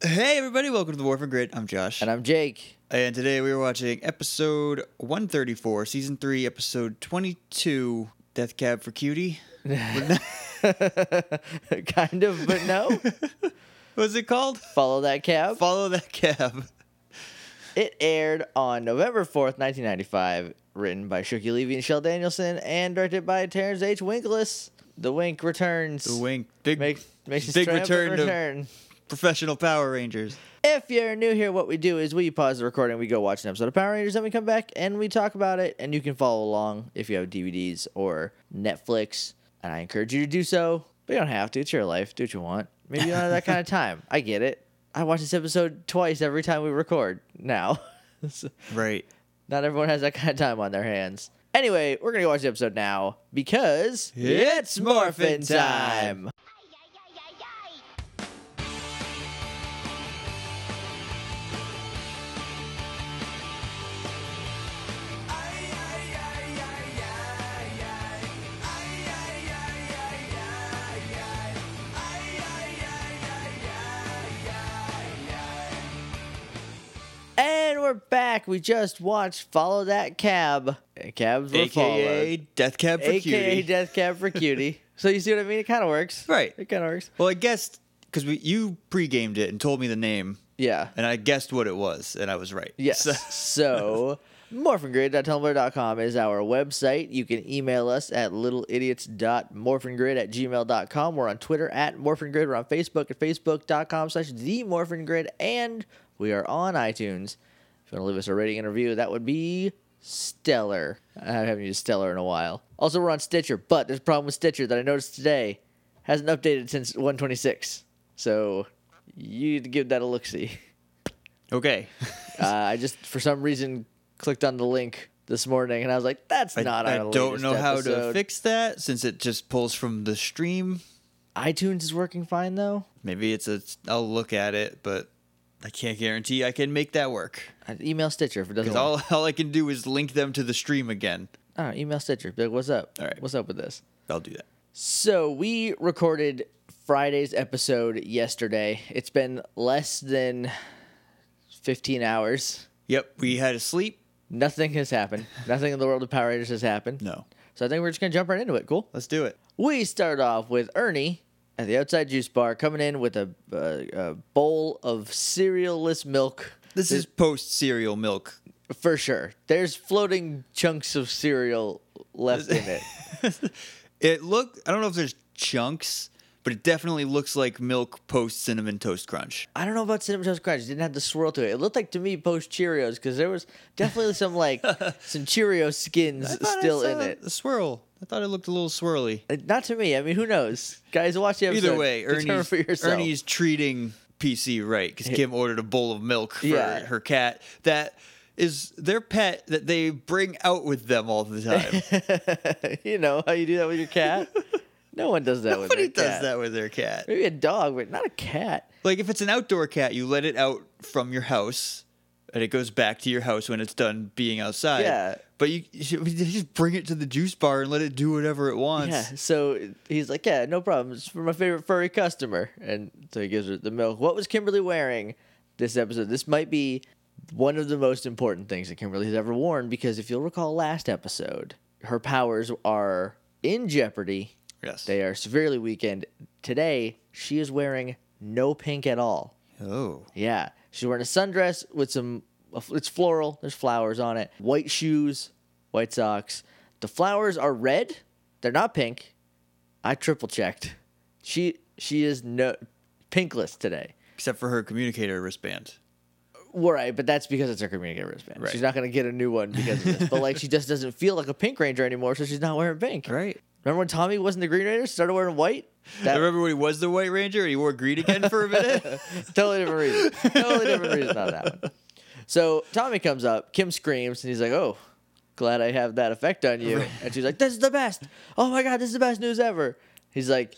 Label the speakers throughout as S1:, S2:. S1: Hey everybody, welcome to the War for Grit. I'm Josh.
S2: And I'm Jake.
S1: And today we are watching episode 134, season 3, episode 22, Death Cab for Cutie.
S2: kind of, but no.
S1: What's it called?
S2: Follow that cab.
S1: Follow that cab.
S2: It aired on November 4th, 1995. Written by Shooky Levy and Shel Danielson and directed by Terrence H. Winkless. The Wink returns.
S1: The wink. Big
S2: Make, makes his
S1: big
S2: triumphant
S1: return to-
S2: return.
S1: professional Power Rangers.
S2: If you're new here, what we do is we pause the recording, we go watch an episode of Power Rangers, then we come back and we talk about it. And you can follow along if you have DVDs or Netflix. And I encourage you to do so. But you don't have to. It's your life. Do what you want. Maybe you don't have that kind of time. I get it. I watch this episode twice every time we record now. So,
S1: Right.
S2: Not everyone has that kind of time on their hands. Anyway, we're going to go watch the episode now because
S1: It's Morphin' Time.
S2: And we're back. We just watched Follow That Cab. And Cabs were
S1: AKA
S2: followed.
S1: Death Cab for
S2: AKA
S1: Cutie.
S2: Death Cab for Cutie. so you see what I mean? It kind of works.
S1: Right.
S2: It kind of works.
S1: well, I guessed because you pre-gamed it and told me the name,
S2: Yeah.
S1: and I guessed what it was, and I was right.
S2: Yes.
S1: So-
S2: So, morphingrid.tumblr.com is our website. You can email us at littleidiots.morphingrid at gmail.com. We're on Twitter at morphingrid. We're on Facebook at facebook.com slash themorphingrid. And we are on iTunes. If you want to leave us a rating and review, that would be stellar. I haven't used stellar in a while. Also, we're on Stitcher, but there's a problem with Stitcher that I noticed today. Hasn't updated since 126. So, you need to give that a look see.
S1: okay.
S2: Uh, I just for some reason clicked on the link this morning and I was like, "That's
S1: I,
S2: not."
S1: I
S2: our
S1: don't
S2: latest
S1: know how to
S2: episode."
S1: fix that since it just pulls from the stream.
S2: iTunes is working fine though.
S1: Maybe it's a. I'll look at it, but I can't guarantee I can make that work.
S2: Uh, Email Stitcher if it doesn't.
S1: Because
S2: Work.
S1: all, all I can do is link them to the stream again.
S2: I don't know, Uh, email Stitcher. Be like, "What's up?
S1: All right.
S2: What's up with this?"
S1: I'll do that.
S2: So we recorded Friday's episode yesterday. It's been less than fifteen hours.
S1: Yep, we had a sleep.
S2: Nothing has happened. Nothing in the world of Power Rangers has happened.
S1: No,
S2: So I think we're just gonna jump right into it. Cool.
S1: let's do it.
S2: We start off with Ernie at the outside juice bar coming in with a, a, a bowl of cerealless milk.
S1: This is post cereal milk.
S2: for sure. There's floating chunks of cereal left in it.
S1: It look. I don't know if there's chunks, but it definitely looks like milk post cinnamon toast crunch.
S2: I don't know about cinnamon toast crunch. It didn't have the swirl to it. It looked like to me post Cheerios because there was definitely some like some Cheerio skins still in it.
S1: A swirl. I thought it looked a little swirly.
S2: Uh, Not to me. I mean, who knows? Guys, watch the episode.
S1: Either way,
S2: Determine
S1: Ernie's,
S2: for yourself.
S1: Ernie's treating PC right because Kim ordered a bowl of milk for
S2: Yeah.
S1: her cat that is their pet that they bring out with them all the time.
S2: you know how you do that with your cat. no one does that with
S1: Nobody
S2: their
S1: does
S2: cat.
S1: that with their cat.
S2: Maybe a dog, but not a cat.
S1: Like if it's an outdoor cat, you let it out from your house, and it goes back to your house when it's done being outside.
S2: Yeah.
S1: But you, you should- you just bring it to the juice bar and let it do whatever it wants.
S2: Yeah. So he's like, yeah, no problem. It's for my favorite furry customer. And so he gives her the milk. What was Kimberly wearing this episode? This might be one of the most important things that Kimberly has ever worn because if you'll recall last episode, her powers are in jeopardy.
S1: Yes.
S2: They are severely weakened. Today, she is wearing no pink at all.
S1: oh.
S2: Yeah, she's wearing a sundress with some. It's floral. There's flowers on it. White shoes, white socks. The flowers are red. They're not pink. I triple checked. She she is no pinkless today.
S1: Except for her communicator wristband.
S2: Right, but that's because it's her communicator wristband.
S1: Right.
S2: She's not gonna get a new one because of this. but like, she just doesn't feel like a pink ranger anymore, so she's not wearing pink.
S1: Right.
S2: Remember when Tommy wasn't the green ranger? Started wearing white.
S1: I
S2: That
S1: remember when he was the White Ranger and he wore green again for a minute.
S2: totally different reason. Totally different reason on that one. So Tommy comes up, Kim screams, and he's like, "Oh, glad I have that effect on you." And she's like, "This is the best! Oh my god, this is the best news ever!" He's like,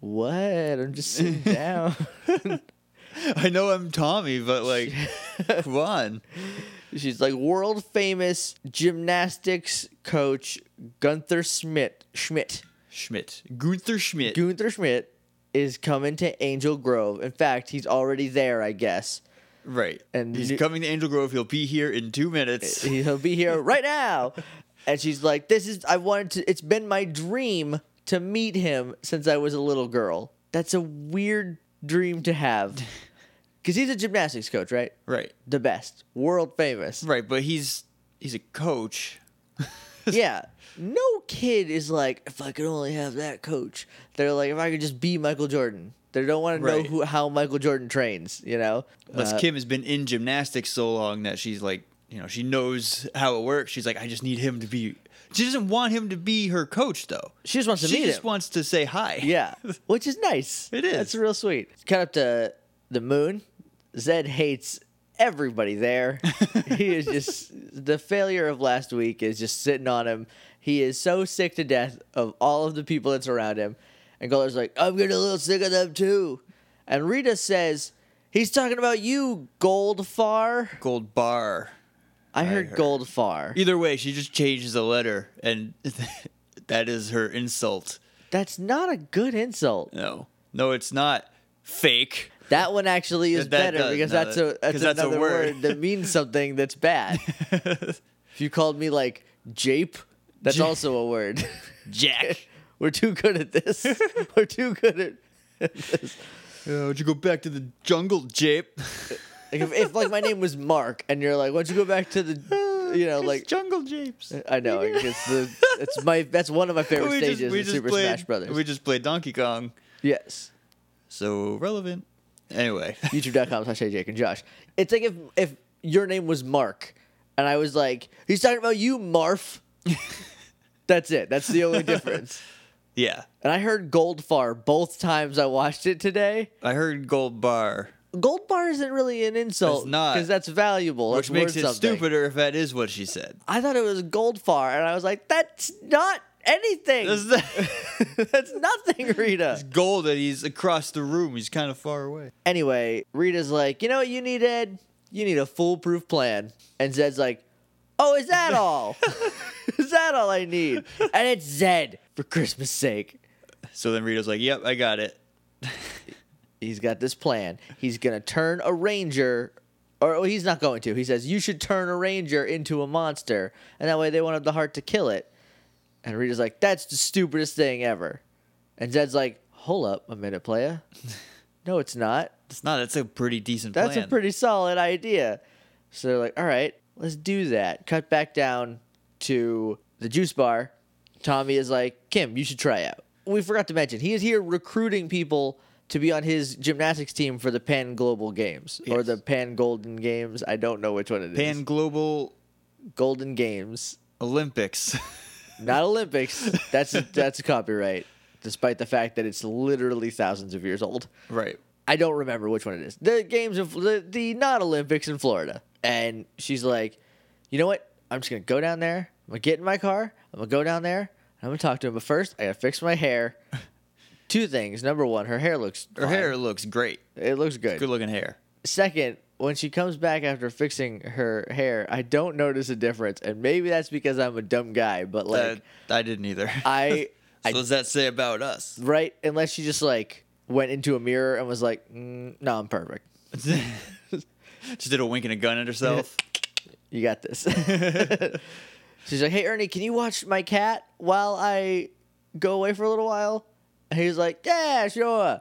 S2: "What? I'm just sitting down."
S1: I know I'm Tommy, but like, come on.
S2: She's like world famous gymnastics coach Gunther Schmidt Schmidt
S1: Schmidt. Gunther Schmidt.
S2: Gunther Schmidt is coming to Angel Grove. In fact, he's already there, I guess.
S1: Right.
S2: And
S1: he's
S2: New- Eh,
S1: coming to Angel Grove. He'll be here in two minutes.
S2: He'll be here right now. And she's like, This is, I wanted to, it's been my dream to meet him since I was a little girl. That's a weird dream to have. Because he's a gymnastics coach, right?
S1: right.
S2: The best, world famous.
S1: Right. But he's he's a coach.
S2: yeah. No kid is like, if I could only have that coach. They're like, if I could just be Michael Jordan. They don't want
S1: Right.
S2: to know who, how Michael Jordan trains, you know?
S1: Plus,
S2: Uh,
S1: Kim has been in gymnastics so long that she's like, you know, she knows how it works. She's like, I just need him to be. She doesn't want him to be her coach, though.
S2: she just wants to
S1: she
S2: meet
S1: just
S2: him.
S1: wants to say hi.
S2: Yeah, which is nice.
S1: It is.
S2: That's real sweet. Cut up to the moon. Zed hates everybody there. he is just the failure of last week is just sitting on him. He is so sick to death of all of the people that's around him. And Golar's like, I'm getting a little sick of them too. And Rita says, He's talking about you, Goldfar.
S1: Gold bar.
S2: I heard,
S1: heard.
S2: Goldfar.
S1: Either way, she just changes the letter, and that is her insult.
S2: That's not a good insult.
S1: No, no, it's not fake.
S2: That one actually is
S1: That- that
S2: better
S1: does-
S2: because
S1: no,
S2: that's
S1: that-
S2: a that's
S1: 'cause that's a
S2: another word.
S1: word.
S2: that means something that's bad. if you called me like jape, that's
S1: Ja-
S2: also a word.
S1: Jack.
S2: We're too good at this. We're too good at.
S1: Uh, would you go back to the jungle, Jape?
S2: Like if, if like my name was Mark and you're like, why don't you go back to the, you know, like uh,
S1: jungle japes.
S2: I know it's the it's my that's one of my favorite stages in Super
S1: played,
S2: Smash Brothers.
S1: We just played Donkey Kong.
S2: yes.
S1: So relevant. Anyway,
S2: youtube.com slash Hey Jake and Josh. It's like if if your name was Mark and I was like, he's talking about you, Marf. That's it. That's the only difference.
S1: yeah,
S2: And I heard Goldfar both times I watched it today.
S1: I heard gold bar,
S2: Goldbar isn't really an insult.
S1: It's not.
S2: Because that's valuable.
S1: which
S2: It's
S1: makes it
S2: worth something.
S1: stupider if that is what she said.
S2: I thought it was Goldfar, and I was like, that's not anything.
S1: This is-
S2: that's nothing, Rita.
S1: gold and he's across the room. He's kind of far away.
S2: Anyway, Rita's like, you know what you need, Ed? You need a foolproof plan. And Zed's like, oh, is that all? is that all I need? And it's Zed, for Christmas sake.
S1: So then Rita's like, "Yep, I got it."
S2: He's got this plan. He's going to turn a ranger, or oh, he's not going to. He says, you should turn a ranger into a monster. And that way they won't have the heart to kill it. And Rita's like, that's the stupidest thing ever. And Zed's like, hold up a minute, playa. No, it's not.
S1: It's not. That's a pretty decent.
S2: That's
S1: plan.
S2: a pretty solid idea. So they're like, all right, let's do that. Cut back down to the juice bar. Tommy is like, Kim, you should try out. We forgot to mention, he is here recruiting people to be on his gymnastics team for the Pan Global Games or
S1: Yes.
S2: the Pan Golden Games. I don't know which one it is.
S1: Pan Global
S2: Golden Games,
S1: Olympics.
S2: not Olympics. That's that's copyright, despite the fact that it's literally thousands of years old.
S1: right.
S2: I don't remember which one it is. The games of the, the not Olympics in Florida. And she's like, you know what? I'm just gonna go down there. I'm gonna get in my car. I'm gonna go down there. And I'm gonna talk to him. But first, I gotta fix my hair. Two things. Number one, her hair looks.
S1: Her hair looks great.
S2: It looks good.
S1: Good looking hair.
S2: Second, when she comes back after fixing her hair, I don't notice a difference. And maybe that's because I'm a dumb guy. But like,
S1: That- I didn't either.
S2: I,
S1: so
S2: I
S1: what does that say about us?
S2: right unless she just like went into a mirror and was like, mm, no, I'm perfect.
S1: she did a wink and a gun at herself.
S2: you got this. She's like, hey, Ernie, can you watch my cat while I go away for a little while? And he's like, yeah, sure.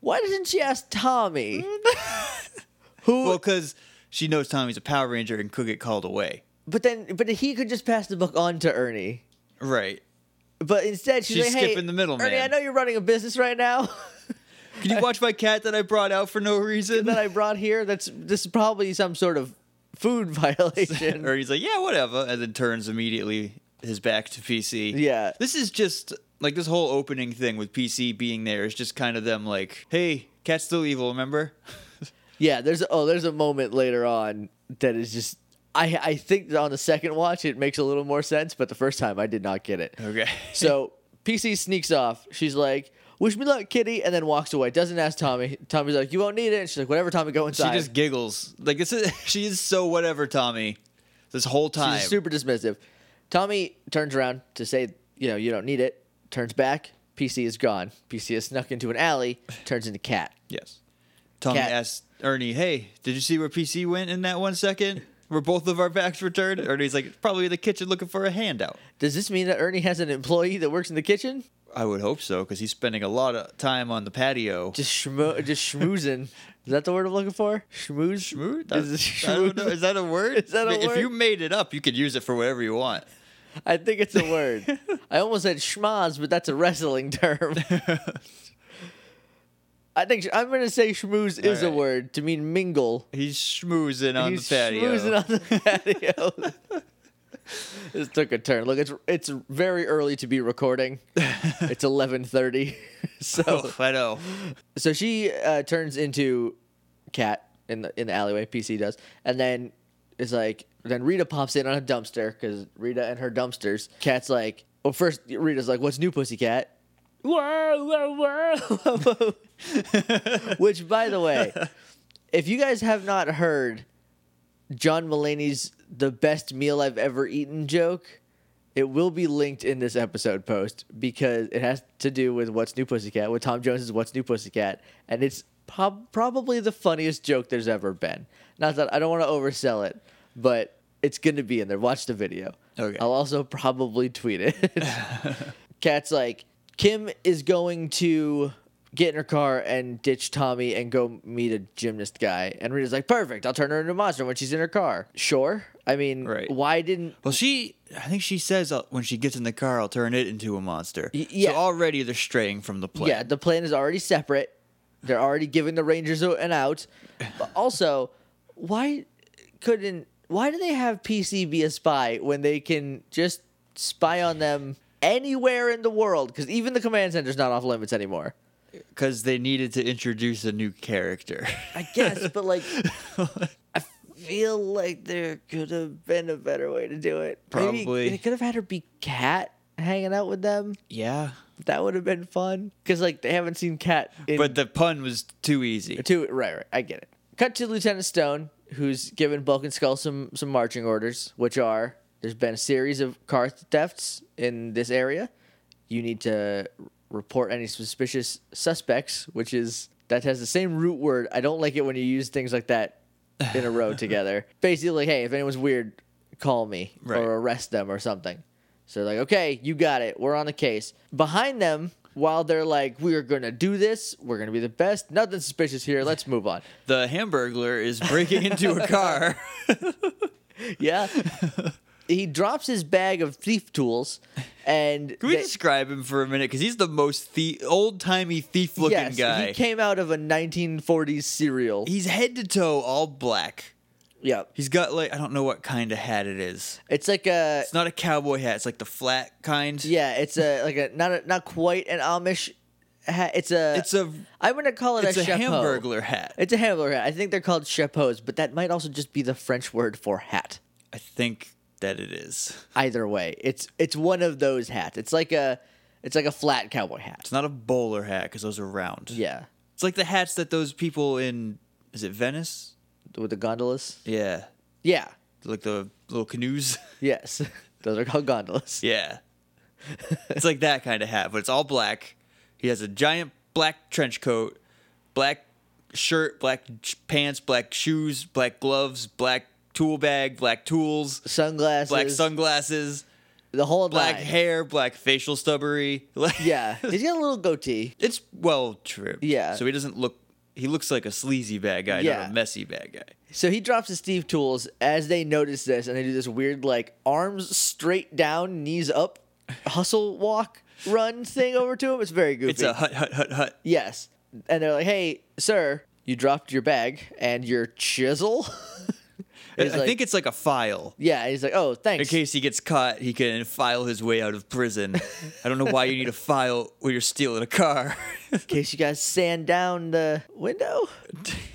S2: Why doesn't she ask Tommy? Who?
S1: well, because she knows Tommy's a Power Ranger and could get called away.
S2: but then, but he could just pass the book on to Ernie.
S1: Right.
S2: But instead, she's,
S1: She's
S2: like, hey,
S1: skipping the middleman."
S2: Ernie, I know you're running a business right now
S1: Can you watch my cat that I brought out for no reason?
S2: that I brought here. That's this is probably some sort of food violation.
S1: or he's like, yeah, whatever, and then turns immediately his back to PC.
S2: Yeah.
S1: This is just like this whole opening thing with PC being there is just kind of them like, hey, cat's still evil, remember?
S2: Yeah, there's oh, there's a moment later on that is just I I think that on the second watch it makes a little more sense, but the first time I did not get it.
S1: Okay.
S2: So PC sneaks off. She's like, "Wish me luck, kitty," and then walks away. Doesn't ask Tommy. Tommy's like, "You won't need it." And she's like, "Whatever, Tommy, go
S1: She
S2: inside."
S1: just giggles. Like this is she is so whatever, Tommy. This whole time.
S2: She's super dismissive. Tommy turns around to say, "You know, you don't need it." Turns back, PC is gone. PC has snuck into an alley, turns into cat.
S1: Yes. Tommy
S2: Cat.
S1: asks Ernie, "Hey, did you see where PC went in that one second? Were both of our backs returned?" Ernie's like, "Probably in the kitchen looking for a handout."
S2: Does this mean that Ernie has an employee that works in the kitchen?
S1: I would hope so because he's spending a lot of time on the patio.
S2: Just schmo- just schmoozing. is that the word I'm looking for? Schmooze?
S1: Schmoo?
S2: Is it
S1: I don't know.
S2: schmooze?
S1: Is that a word?
S2: Is that a
S1: if
S2: word?
S1: you made it up, you could use it for whatever you want.
S2: I think it's a word. I almost said schmaz, but that's a wrestling term. I think I'm gonna say schmooze is a
S1: right.
S2: word to mean mingle.
S1: He's schmoozing on
S2: He's
S1: the patio.
S2: schmoozing on the patio. this took a turn. Look, it's it's very early to be recording. It's 11:30, so
S1: oh, I know.
S2: so she uh, turns into cat in the in the alleyway. PC does, and then it's like then Rita pops in on a dumpster because Rita and her dumpsters. Cat's like, well, first Rita's like, "What's new, pussycat?" Whoa, whoa, whoa! Which, by the way, if you guys have not heard John Mulaney's "the best meal I've ever eaten" joke. It will be linked in this episode post because it has to do with What's New Pussycat, with Tom Jones's What's New Pussycat, and it's prob- probably the funniest joke there's ever been. Not that I don't want to oversell it, but it's going to be in there. Watch the video.
S1: Okay.
S2: I'll also probably tweet it. Cat's like, Kim is going to get in her car and ditch Tommy and go meet a gymnast guy. And Rita's like, perfect. I'll turn her into a monster when she's in her car. Sure. I mean,
S1: Right.
S2: why didn't
S1: Well, she, I think she says uh, when she gets in the car, I'll turn it into a monster.
S2: Y- yeah.
S1: So already they're straying from the plan.
S2: Yeah, the plan is already separate. They're already giving the Rangers a- an out. But also, why couldn't why do they have PC be a spy when they can just spy on them anywhere in the world? Because even the command center's not off limits anymore.
S1: Because they needed to introduce a new character.
S2: I guess, but like, I feel like there could have been a better way to do it. Maybe
S1: Probably.
S2: they could have had her be cat hanging out with them.
S1: yeah.
S2: That would have been fun. Because like they haven't seen cat. In
S1: But the pun was too easy.
S2: Two, right, right. I get it. Cut to Lieutenant Stone, who's given Bulk and Skull some some marching orders, which are there's been a series of car thefts in this area. You need to report any suspicious suspects, which is that has the same root word. I don't like it when you use things like that in a row together. Basically, like, hey, if anyone's weird, call me
S1: Right.
S2: or arrest them or something. So they're like, okay, you got it. We're on the case. Behind them, while they're like, we are going to do this, we're going to be the best, nothing suspicious here, let's move on.
S1: The Hamburglar is breaking into a car.
S2: Yeah. he drops his bag of thief tools and.
S1: Can we
S2: they-
S1: describe him for a minute? Because he's the most thie- old timey thief looking
S2: yes,
S1: guy.
S2: He came out of a 1940s serial.
S1: he's head to toe all black.
S2: yeah.
S1: He's got like I don't know what kind of hat it is.
S2: It's like a.
S1: It's not a cowboy hat. It's like the flat kind.
S2: Yeah, it's a like a not a, not quite an Amish hat. It's a
S1: It's a
S2: I'm gonna call it
S1: it's a,
S2: a chapeau.
S1: Hamburglar hat.
S2: It's a handler hat. I think they're called chapeaus, but that might also just be the French word for hat.
S1: I think that it is.
S2: Either way, it's it's one of those hats. It's like a it's like a flat cowboy hat.
S1: It's not a bowler hat because those are round.
S2: Yeah,
S1: It's like the hats that those people in is it Venice?
S2: with the gondolas.
S1: Yeah,
S2: Yeah.
S1: like the little canoes.
S2: Yes, those are called gondolas.
S1: yeah, it's like that kind of hat, but it's all black. He has a giant black trench coat, black shirt, black ch- pants, black shoes, black gloves, black tool bag, black tools,
S2: Sunglasses.
S1: black sunglasses,
S2: The whole
S1: black
S2: nine.
S1: hair, black facial stubbery. Like,
S2: Yeah, he's got a little goatee.
S1: it's well tripped.
S2: Yeah.
S1: so he doesn't look. He looks like a sleazy bad guy,
S2: Yeah.
S1: not a messy bad guy.
S2: So he drops his Steve tools as they notice this, and they do this weird like arms straight down, knees up, hustle walk run thing over to him. It's very goofy.
S1: It's a hut hut hut hut.
S2: Yes. And they're like, hey, sir, you dropped your bag and your chisel.
S1: I,
S2: He's
S1: I
S2: like-
S1: think it's like a file.
S2: yeah. And he's like, oh,
S1: In
S2: thanks.
S1: case he gets caught, he can file his way out of prison. I don't know why you need a file when you're stealing a car.
S2: In case you guys sand down the window.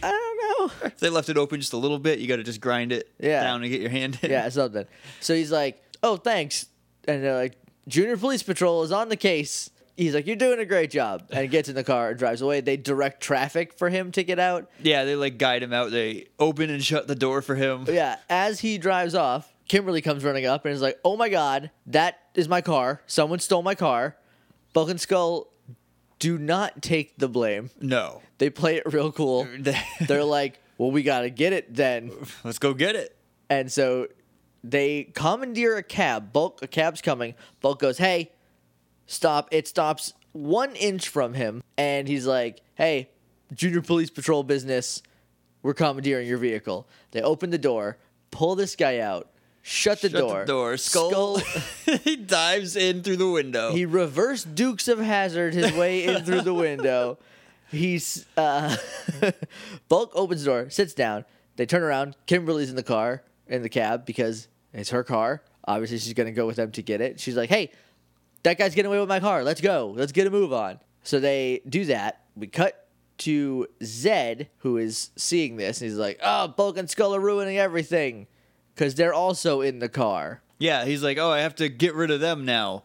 S2: I don't know.
S1: if they left it open just a little bit, you got to just grind it
S2: Yeah.
S1: down and get your hand in.
S2: yeah, something. So he's like, oh, thanks. And they're like, Junior Police Patrol is on the case. He's like, you're doing a great job. And gets in the car and drives away. They direct traffic for him to get out.
S1: Yeah, they like guide him out. They open and shut the door for him.
S2: Yeah, as he drives off, Kimberly comes running up and is like, "Oh my god, that is my car. Someone stole my car." Bulk and Skull do not take the blame.
S1: No.
S2: They play it real cool. They're like, well, we got to get it then.
S1: Let's go get it.
S2: And so they commandeer a cab. Bulk, a cab's coming. Bulk goes, hey, stop. It stops one inch from him. And he's like, hey, junior police patrol business, we're commandeering your vehicle. They open the door, pull this guy out, shut the
S1: Shut
S2: door.
S1: the door. Skull.
S2: Skull-
S1: he dives in through the window.
S2: he reversed Dukes of Hazard his way in through the window. He's uh, Bulk opens the door, sits down. They turn around. Kimberly's in the car, in the cab because it's her car. Obviously, she's gonna go with them to get it. She's like, "Hey, that guy's getting away with my car. Let's go. Let's get a move on." So they do that. We cut to Zed, who is seeing this, and he's like, "Oh, Bulk and Skull are ruining everything," because they're also in the car.
S1: yeah, he's like, oh, I have to get rid of them now.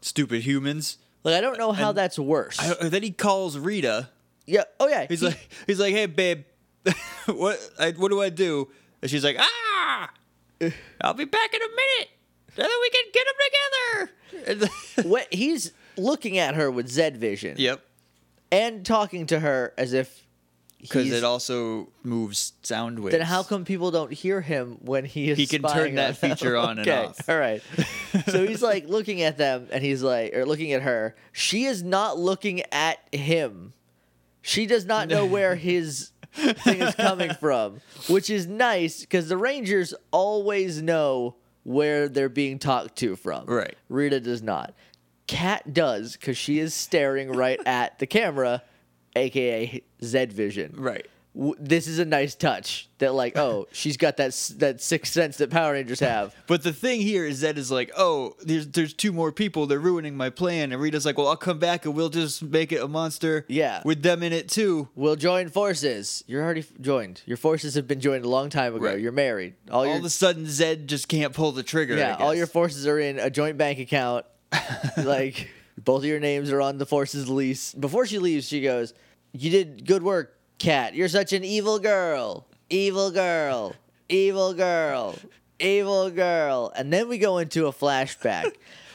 S1: Stupid humans.
S2: Like, I don't know how that's worse.
S1: I, don't- then he calls Rita.
S2: yeah. Oh yeah.
S1: He's
S2: he-
S1: like, he's like, hey, babe, what, I, what do I do? And she's like, ah, I'll be back in a minute. And then we can get them together. And-
S2: what he's looking at her with Zed vision
S1: yep.
S2: and talking to her as if
S1: Because
S2: he's.
S1: it also moves sound waves.
S2: then how come people don't hear him when he is?
S1: He can turn
S2: spying
S1: that
S2: on them?
S1: feature on and
S2: Okay,
S1: off.
S2: All right. so he's like looking at them, and he's like, or looking at her. She is not looking at him. She does not know where his thing is coming from, which is nice because the Rangers always know where they're being talked to from.
S1: Right.
S2: Rita does not. Kat does because she is staring right at the camera, aka Z Vision.
S1: Right.
S2: W- this is a nice touch that like oh she's got that s- that sixth sense that Power Rangers have.
S1: But the thing here is that is like, oh, there's there's two more people. They're ruining my plan. And Rita's like, well, I'll come back and we'll just make it a monster.
S2: Yeah.
S1: With them in it too.
S2: We'll join forces. You're already f- joined. Your forces have been joined a long time ago.
S1: Right.
S2: You're married. All,
S1: All
S2: your
S1: of a sudden, Zed just can't pull the trigger. I
S2: yeah, all
S1: guess.
S2: your forces are in a joint bank account. like both of your names are on the forces lease. Before she leaves, she goes, "You did good work, Cat. You're such an evil girl. Evil girl. Evil girl. Evil girl." And then we go into a flashback.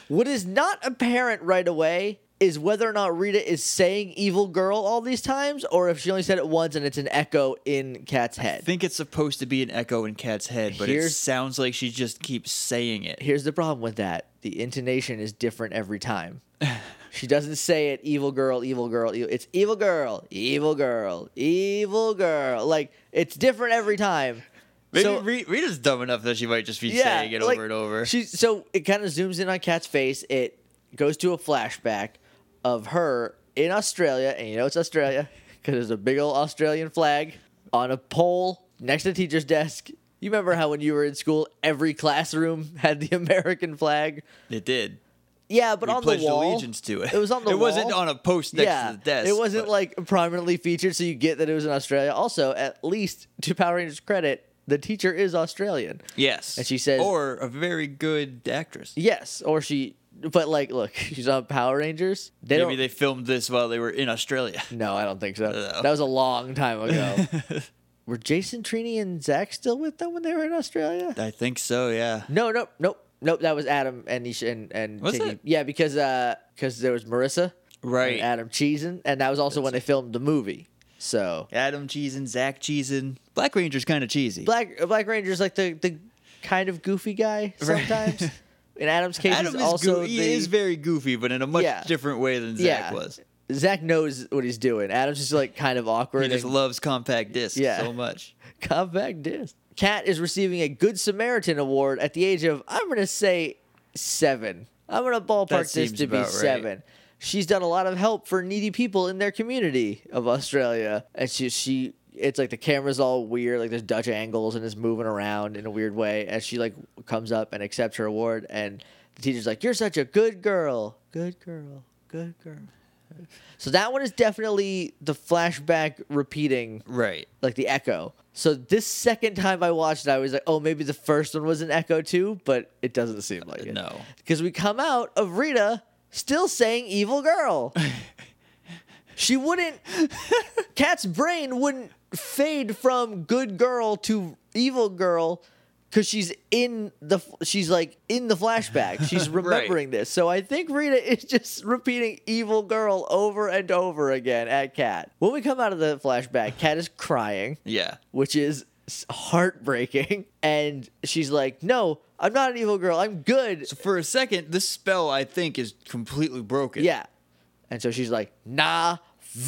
S2: what is not apparent right away is whether or not Rita is saying evil girl all these times or if she only said it once and it's an echo in Cat's head.
S1: I think it's supposed to be an echo in Cat's head, but it
S2: Here's-
S1: sounds like she just keeps saying it.
S2: here's the problem with that the intonation is different every time she doesn't say it evil girl evil girl evil. it's evil girl evil girl evil girl like it's different every time
S1: Maybe
S2: So-
S1: Re- Rita's dumb enough that she might just be saying it
S2: like,
S1: over and over.
S2: She so it kind of zooms in on Kat's face. It goes to a flashback of her in Australia, and you know it's Australia because there's a big old Australian flag on a pole next to the teacher's desk. You remember how when you were in school, every classroom had the American flag?
S1: it did.
S2: Yeah, but
S1: We
S2: on the
S1: pledged
S2: wall,
S1: allegiance to it.
S2: It was on the
S1: It wasn't
S2: wall.
S1: on a post next
S2: yeah,
S1: to the desk.
S2: It wasn't
S1: but-
S2: like prominently featured, so you get that it was in Australia. Also, at least to Power Rangers credit, the teacher is Australian.
S1: yes.
S2: and she says-
S1: or a very good actress.
S2: Yes, or she. But like, look, she's on Power Rangers. They
S1: Maybe
S2: don't.
S1: they filmed this while they were in Australia.
S2: no, I don't think so.
S1: know.
S2: That was a long time ago. were Jason Trini and Zach still with them when they were in Australia?
S1: I think so. Yeah.
S2: No, no, nope, nope. That was Adam and Nisha and and
S1: Was
S2: Tiki.
S1: it?
S2: Yeah, because because there was Marissa,
S1: Right.
S2: And Adam Cheesin, and that was also when they filmed the movie. So
S1: Adam Cheesin, Zach Cheesin. Black Ranger's kind of cheesy.
S2: Black Black Ranger's like the the kind of goofy guy
S1: Right.
S2: sometimes. In Adam's case,
S1: Adam
S2: he's
S1: is,
S2: also
S1: goo- he
S2: the-
S1: is very goofy, but in a much
S2: Yeah.
S1: different way than Zach was.
S2: Zach knows what he's doing. Adam's just like kind of awkward.
S1: He just
S2: and
S1: loves compact discs
S2: Yeah.
S1: so much.
S2: compact disc. Kat is receiving a Good Samaritan award at the age of I'm gonna say seven. I'm gonna ballpark this
S1: seems
S2: to be
S1: about right.
S2: seven. She's done a lot of help for needy people in their community of Australia, and she she it's like the camera's all weird, like there's Dutch angles and it's moving around in a weird way. As she like comes up and accepts her award, and the teacher's like, "You're such a good girl, good girl, good girl." So that one is definitely the flashback repeating
S1: Right.
S2: like the echo. So this second time I watched it, I was like, oh, maybe the first one was an echo too, but it doesn't seem like it.
S1: no.
S2: Because we come out of Rita still saying evil girl. she wouldn't, Kat's brain wouldn't fade from good girl to evil girl because she's in the f- she's like in the flashback. She's remembering this. So I think Rita is just repeating "evil girl" over and over again at Cat. When we come out of the flashback, Cat is crying,
S1: Yeah.
S2: which is s- heartbreaking, and she's like, "No, I'm not an evil girl. I'm good."
S1: So for a second, this spell I think is completely broken.
S2: Yeah, and so she's like, "Nah."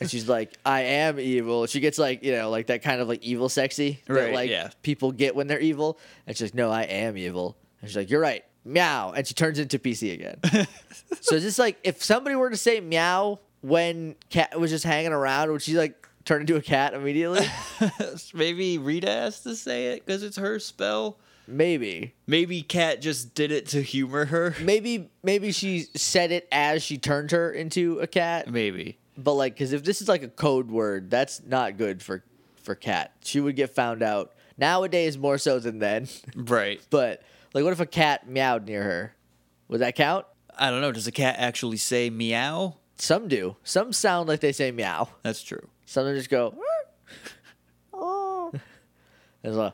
S2: And she's like, I am evil. She gets like, you know, like that kind of like evil sexy that
S1: Right,
S2: like
S1: yeah.
S2: people get when they're evil. And she's like, No, I am evil. And she's like, You're right. Meow. And she turns into PC again. so it's just like if somebody were to say meow when cat was just hanging around, would she like turn into a cat immediately?
S1: Maybe Rita has to say it because it's her spell.
S2: maybe.
S1: Maybe Kat just did it to humor her.
S2: Maybe maybe she said it as she turned her into a cat.
S1: Maybe.
S2: But like, because if this is like a code word, that's not good for for cat. She would get found out nowadays more so than then.
S1: Right.
S2: but like, what if a cat meowed near her? Would that count?
S1: I don't know. Does a cat actually say meow?
S2: Some do. Some sound like they say meow.
S1: That's true.
S2: Some just go. "Meow." There's a.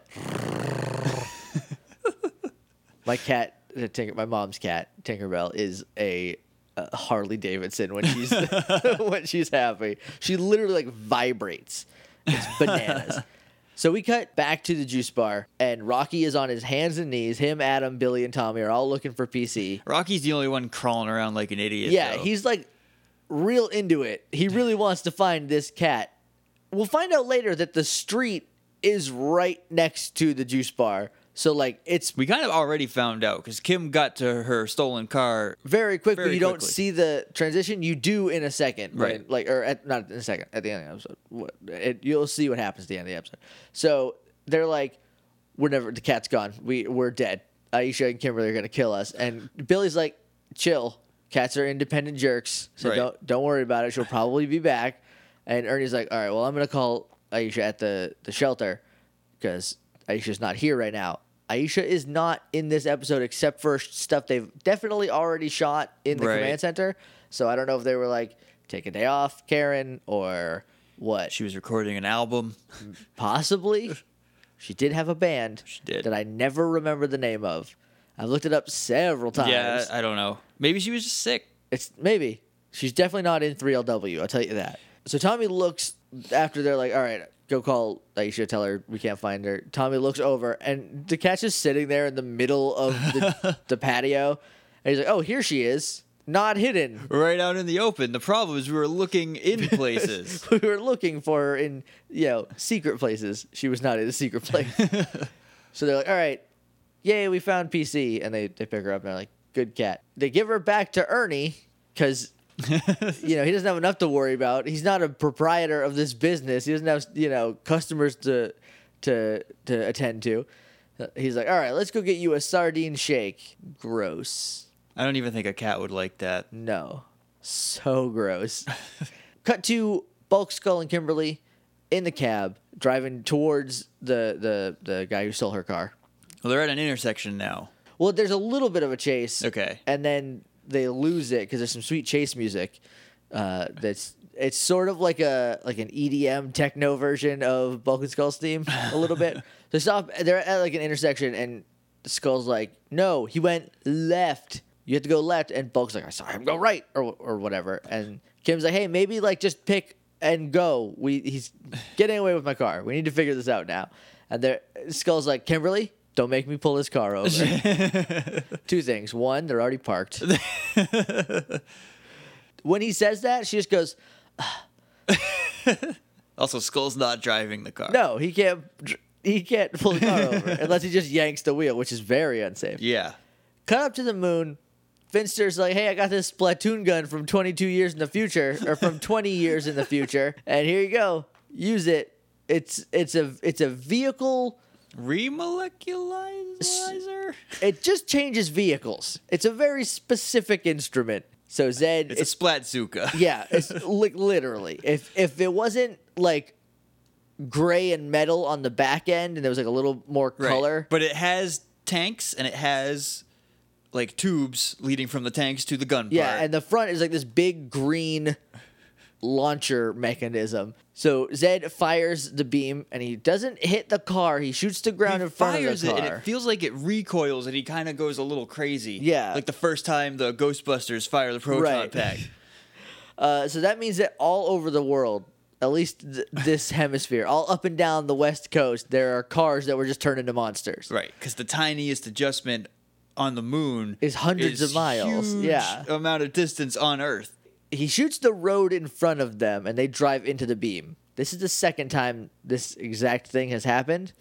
S2: my cat, uh, Tinker, my mom's cat, Tinkerbell, is a. uh, Harley Davidson when she's when she's happy, she literally like vibrates. It's bananas. so we cut back to the juice bar, and Rocky is on his hands and knees. Him, Adam, Billy, and Tommy are all looking for PC.
S1: Rocky's the only one crawling around like an idiot.
S2: Yeah,
S1: though.
S2: he's like real into it. He really wants to find this cat. We'll find out later that the street is right next to the juice bar. So like it's
S1: We kind of already found out because Kim got to her stolen car.
S2: very quick, but
S1: Very
S2: you don't
S1: quickly.
S2: see the transition. You do in a second, when-
S1: Right.
S2: Like or at, not in a second at the end of the episode. What, it, you'll see what happens at the end of the episode. So they're like, "We're never. The cat's gone. We we're dead. Aisha and Kimberly are gonna kill us." And Billy's like, "Chill. Cats are independent jerks. So
S1: Right.
S2: don't don't worry about it. She'll probably be back." And Ernie's like, "All right. Well, I'm gonna call Aisha at the the shelter because Aisha's not here right now." Aisha is not in this episode except for stuff they've definitely already shot in the
S1: Right.
S2: command center. So I don't know if they were like, take a day off, Karen, or what.
S1: She was recording an album.
S2: Possibly. she did have a band
S1: She did.
S2: that I never remember the name of. I've looked it up several times.
S1: Yeah, I don't know. Maybe she was just sick.
S2: It's maybe. She's definitely not in 3LW, I'll tell you that. So Tommy looks after they're like, all right, go call Aisha, tell her we can't find her. Tommy looks over and the cat's just sitting there in the middle of the, the patio. And he's like, oh, here she is, not hidden.
S1: Right out in the open. The problem is we were looking in places.
S2: we were looking for her in you know secret places. She was not in a secret place. so they're like, all right, yay, we found PC, and they they pick her up and they're like, good cat. They give her back to Ernie because. you know he doesn't have enough to worry about. He's not a proprietor of this business. He doesn't have you know customers to to to attend to. He's like, all right, let's go get you a sardine shake. Gross.
S1: I don't even think a cat would like that.
S2: No. So gross. Cut to Bulk Skull and Kimberly in the cab driving towards the the the guy who stole her car.
S1: Well, they're at an intersection now.
S2: Well, there's a little bit of a chase.
S1: Okay.
S2: And then they lose it because there's some sweet chase music. Uh, that's it's sort of like a like an EDM techno version of Bulk and Skull's theme a little bit. They stop. They're at like an intersection, and Skull's like, "No, he went left. You have to go left." And Bulk's like, "I saw him go right," or or whatever. And Kim's like, "Hey, maybe like just pick and go. We he's getting away with my car. We need to figure this out now." And there, Skull's like, "Kimberly, don't make me pull this car over." two things. One, they're already parked. when he says that, she just goes,
S1: Also, Skull's not driving the car.
S2: "No, he can't. dr- He can't pull the car over unless he just yanks the wheel, which is very unsafe."
S1: Yeah.
S2: Cut up to the moon. Finster's like, "Hey, I got this platoon gun from 22 years in the future, or from 20 years in the future, and here you go. Use it. It's it's a it's a vehicle."
S1: Remolecularizer?
S2: It just changes vehicles. It's a very specific instrument. So Zed,
S1: It's a splatzuka.
S2: Yeah, it's like literally. If if it wasn't like gray and metal on the back end, and there was like a little more
S1: Right.
S2: color,
S1: But it has tanks and it has like tubes leading from the tanks to the gun
S2: yeah,
S1: part.
S2: and the front is like this big green launcher mechanism. So Zed fires the beam and he doesn't hit the car. He shoots the ground
S1: He
S2: in front of
S1: fires
S2: the
S1: it
S2: car.
S1: and it feels like it recoils and he kind of goes a little crazy.
S2: Yeah.
S1: Like the first time the Ghostbusters fire the proton
S2: Right.
S1: pack.
S2: Uh, so that means that all over the world, at least th- this hemisphere, all up and down the West Coast, there are cars that were just turned into monsters.
S1: Right, because the tiniest adjustment on the moon
S2: Is hundreds of miles,
S1: huge
S2: yeah.
S1: amount of distance on Earth.
S2: He shoots the road in front of them and they drive into the beam. This is the second time this exact thing has happened.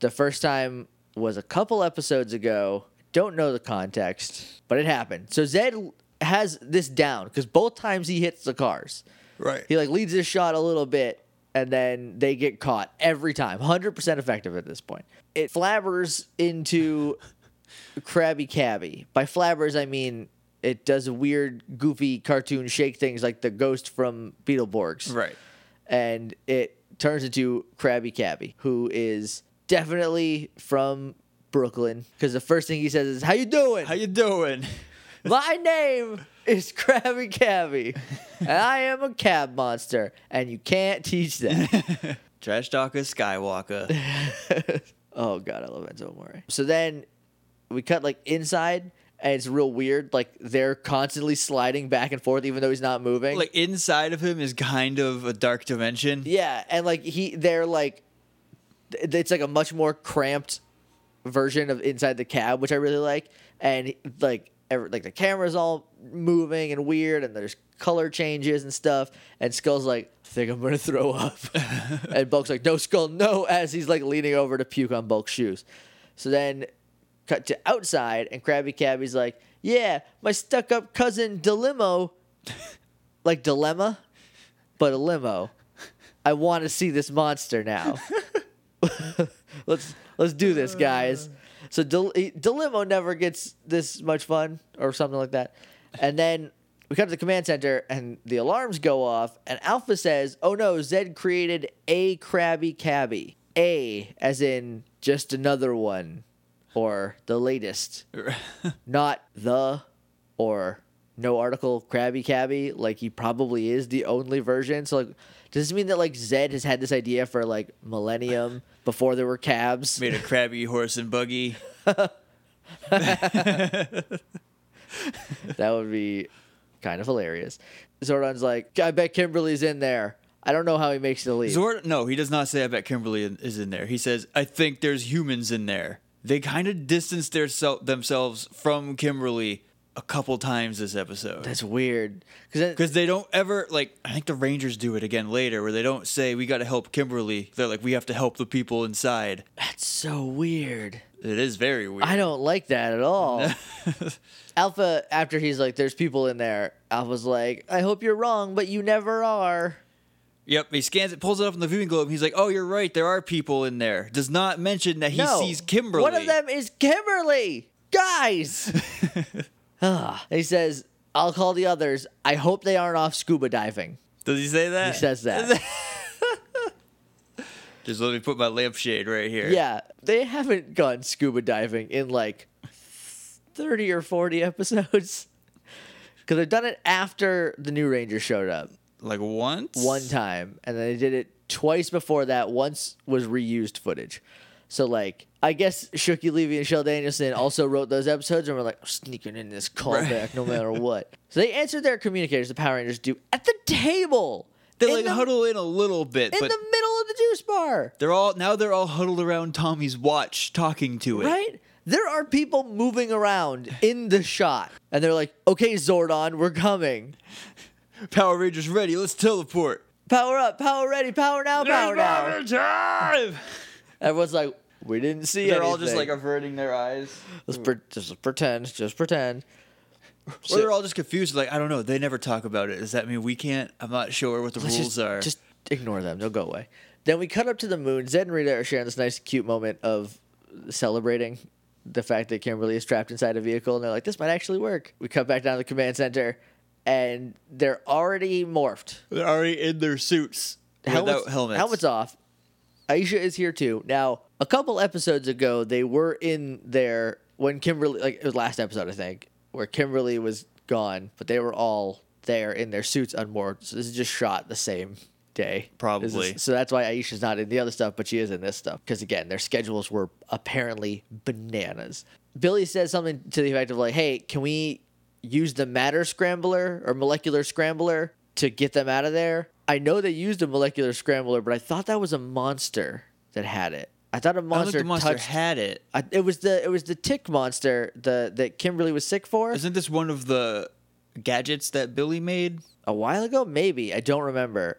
S2: The first time was a couple episodes ago. Don't know the context, but it happened. So Zed l- has this down because both times he hits the cars.
S1: Right.
S2: He like leads his shot a little bit, and then they get caught every time. Hundred percent effective at this point. It flabbers into Krabby Cabby. By flabbers, I mean it does weird, goofy cartoon shake things like the ghost from Beetleborgs
S1: Right.
S2: and it turns into Krabby Cabby, who is definitely from Brooklyn. Because the first thing he says is, "How you doing?
S1: How you doing?
S2: My name is Krabby Cabby, and I am a cab monster, and you can't teach that."
S1: Trash Talker Skywalker.
S2: oh God, I love Enzo Amore. So then we cut like inside. And it's real weird. Like they're constantly sliding back and forth, even though he's not moving.
S1: like inside of him is kind of a dark dimension.
S2: Yeah, and like he, they're like, th- it's like a much more cramped version of inside the cab, which I really like. And like, every, like the camera's all moving and weird, and there's color changes and stuff. And Skull's like, I think I'm gonna throw up. and Bulk's like, No, Skull, no, as he's like leaning over to puke on Bulk's shoes. So then cut to outside, and Krabby Cabby's like, Yeah, my stuck up cousin Delimo, like dilemma, but a limo. I want to see this monster now. let's let's do this, guys. So Del- he- Delimo never gets this much fun or something like that. And then we come to the command center and the alarms go off and Alpha says, "Oh no, Zed created a Krabby Cabby. A as in just another one or the latest, not the or no article Krabby Cabby. Like he probably is the only version. So like, does this mean that like Zed has had this idea for like millennium before there were cabs?
S1: Made a crabby horse and buggy.
S2: That would be kind of hilarious. Zordon's like, I bet Kimberly's in there. I don't know how he makes the leap.
S1: Zord, no, he does not say I bet Kimberly in- is in there. He says, I think there's humans in there. They kind of distanced their sel- themselves from Kimberly a couple times this episode.
S2: That's weird. Because
S1: Because they don't ever, like, I think the Rangers do it again later where they don't say, we got to help Kimberly. They're like, we have to help the people inside.
S2: that's so weird.
S1: It is very weird.
S2: I don't like that at all. Alpha, after he's like, there's people in there, Alpha's like, I hope you're wrong, but you never are.
S1: Yep, he scans it, pulls it up on the viewing globe. And he's like, oh, you're right. There are people in there. Does not mention that he
S2: no.
S1: sees Kimberly.
S2: One of them is Kimberly. Guys. Ah. he says, I'll call the others. I hope they aren't off scuba diving.
S1: Does he say that?
S2: He says that.
S1: Just let me put my lampshade right here.
S2: yeah. They haven't gone scuba diving in like 30 or 40 episodes. Because they've done it after the new ranger showed up
S1: Like once?
S2: one time. And then they did it twice before that. Once was reused footage. So, like, I guess Shooky Levy and Shell Danielson also wrote those episodes and were like, I'm sneaking in this callback no matter what. So they answered their communicators, the Power Rangers do, at the table.
S1: They
S2: in
S1: like
S2: the-
S1: huddle in a little bit,
S2: In
S1: but
S2: the middle of the juice bar.
S1: they're all now they're all huddled around Tommy's watch talking to it.
S2: Right? There are people moving around in the shot. And they're like, okay, Zordon, we're coming.
S1: Power Rangers ready, let's teleport.
S2: Power up, power ready, power now, power now.
S1: time.
S2: Everyone's like, we didn't see
S1: They're all just like
S2: anything.
S1: averting their eyes.
S2: let's pre- just pretend, just pretend.
S1: Or they're all just confused, like, I don't know, they never talk about it. Does that mean we can't? I'm not sure what the
S2: Let's
S1: rules
S2: just,
S1: are.
S2: just ignore them. They'll go away. Then we cut up to the moon. Zed and Rita are sharing this nice, cute moment of celebrating the fact that Kimberly is trapped inside a vehicle, and they're like, "This might actually work." We cut back down to the command center, and they're already morphed.
S1: they're already in their suits. without helmets.
S2: Helmets off. Aisha is here too. Now, a couple episodes ago, they were in there when Kimberly, like it was last episode, I think, where Kimberly was gone, but they were all there in their suits unmoored. So this is just shot the same day. This is-
S1: Probably.
S2: so that's why Aisha's not in the other stuff, but she is in this stuff. Because again, their schedules were apparently bananas. Billy says something to the effect of like, hey, can we use the matter scrambler or molecular scrambler to get them out of there? I know they used a molecular scrambler, but I thought that was a monster that had it. I thought a
S1: I don't think
S2: monster,
S1: the monster
S2: touched
S1: had it.
S2: I, it was the it was the tick monster the that Kimberly was sick for
S1: Isn't this one of the gadgets that Billy made?
S2: a while ago. Maybe I don't remember.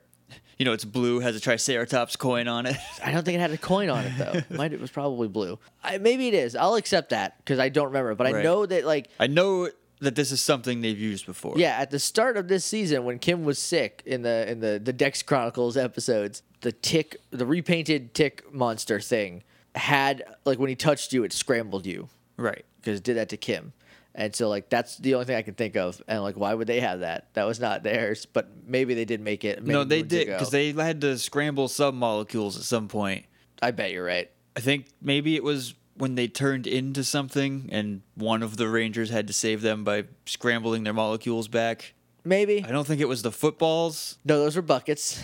S1: You know, it's blue, has a Triceratops coin on it.
S2: I don't think it had a coin on it though. Might it was probably blue. I, maybe it is. I'll accept that because I don't remember. But I
S1: Right.
S2: know that like
S1: I know that this is something they've used before.
S2: yeah, at the start of this season when Kim was sick in the in the the Dex Chronicles episodes, the tick the repainted tick monster thing had like when he touched you, it scrambled you.
S1: Right.
S2: because did that to Kim. And so like that's the only thing I can think of. And like why would they have that? That was not theirs. But maybe they did make it. Many
S1: no, they
S2: moons
S1: did
S2: ago.
S1: because they had to scramble some molecules at some point.
S2: I bet you're right.
S1: I think maybe it was when they turned into something and one of the Rangers had to save them by scrambling their molecules back.
S2: Maybe
S1: I don't think it was the footballs.
S2: no, those were buckets.